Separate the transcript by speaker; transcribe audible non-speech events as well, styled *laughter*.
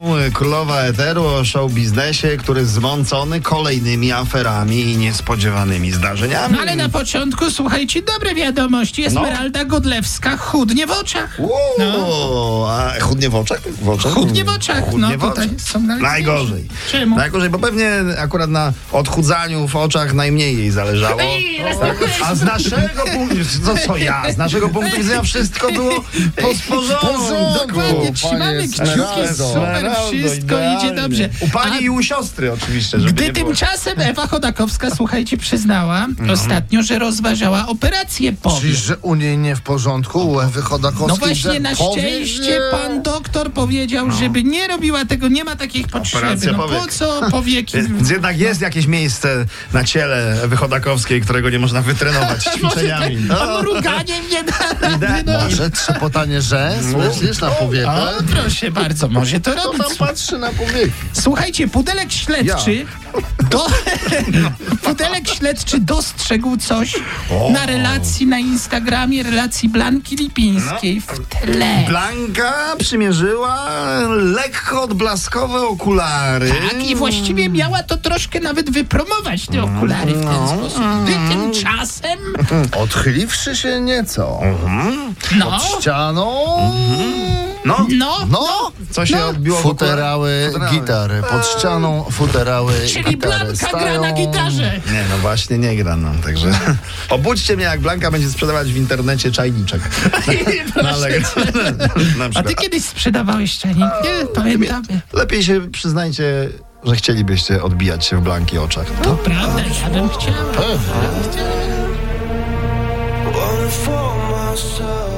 Speaker 1: e, królowa eteru o show biznesie, który zmącony kolejnymi aferami i niespodziewanymi zdarzeniami.
Speaker 2: No ale na początku, słuchajcie, dobre wiadomości.
Speaker 1: No.
Speaker 2: Esmeralda Godlewska chudnie w oczach.
Speaker 1: Uuu, a chudnie w oczach? W oczach?
Speaker 2: No. Chudnie w oczach,
Speaker 1: Chudnie
Speaker 2: no, tutaj są najlepsze.
Speaker 1: Najgorzej. Tak.
Speaker 2: Czemu?
Speaker 1: Najgorzej, bo pewnie akurat na odchudzaniu w oczach najmniej jej zależało. Tak.
Speaker 2: Ej, raz na raz.
Speaker 1: A z naszego punktu co, co ja? Z naszego punktu widzenia wszystko było po sporządku.
Speaker 2: Dokładnie, trzymamy
Speaker 3: panie
Speaker 2: kciuki,
Speaker 3: Esmeraldo.
Speaker 2: super, wszystko idzie dobrze.
Speaker 1: U pani i u siostry oczywiście, żeby
Speaker 2: Gdy
Speaker 1: nie było. Mhm.
Speaker 2: tymczasem Ewa Chodakowska, słuchajcie, przyznała ostatnio, że rozważała operację
Speaker 3: Czyli,
Speaker 2: powiew.
Speaker 3: że u niej nie w porządku, u Ewy Chodakowskiej.
Speaker 2: No właśnie,
Speaker 3: że
Speaker 2: na
Speaker 3: powie,
Speaker 2: szczęście
Speaker 3: że-
Speaker 2: pan doktor powiedział, żeby nie robiła tego, nie ma takiej potrzeby.
Speaker 1: No. Operacja
Speaker 2: No po
Speaker 1: powiek.
Speaker 2: co powieki?
Speaker 1: *laughs* Więc jednak jest
Speaker 2: No.
Speaker 1: jakieś miejsce na ciele Ewy Chodakowskiej, którego nie można wytrenować
Speaker 2: *laughs*
Speaker 1: ćwiczeniami.
Speaker 2: A mruganie
Speaker 1: *laughs*
Speaker 2: mnie da rady, tak. no.
Speaker 3: Może trzepotanie rzęs,
Speaker 1: No.
Speaker 3: myślisz, na
Speaker 2: O,
Speaker 3: powiekę?
Speaker 2: No proszę bardzo, może to
Speaker 3: To
Speaker 2: robić.
Speaker 3: tam patrzy na *laughs* powieki.
Speaker 2: Słuchajcie, pudelek śledczy. Do, *laughs* pudelek śledczy dostrzegł coś na relacji na Instagramie relacji Blanki Lipińskiej w tle.
Speaker 1: Blanka przymierzyła lekko odblaskowe okulary.
Speaker 2: Tak, i właściwie miała to troszkę nawet wypromować te okulary w ten sposób. Gdy tymczasem,
Speaker 3: Odchyliwszy się nieco
Speaker 2: no,
Speaker 3: ścianą,
Speaker 1: No,
Speaker 2: no,
Speaker 3: Mhm. no,
Speaker 1: co się odbiło w okularach?
Speaker 3: futerały, gitary. Pod ścianą futerały,
Speaker 2: czyli
Speaker 3: gitary
Speaker 2: Blanka gra
Speaker 3: stają.
Speaker 2: na gitarze.
Speaker 1: Nie, no właśnie nie gra, no, także
Speaker 3: *laughs*
Speaker 1: obudźcie mnie, jak Blanka będzie sprzedawać w internecie
Speaker 2: *laughs*
Speaker 1: czajniczek. Na, Allegro. *laughs* na
Speaker 2: A ty
Speaker 1: przykład.
Speaker 2: kiedyś sprzedawałeś czanik? Nie, pamiętamy.
Speaker 1: Lepiej się przyznajcie, że chcielibyście odbijać się w Blanki oczach.
Speaker 2: To prawda, ja bym chciała.
Speaker 4: Wanna for myself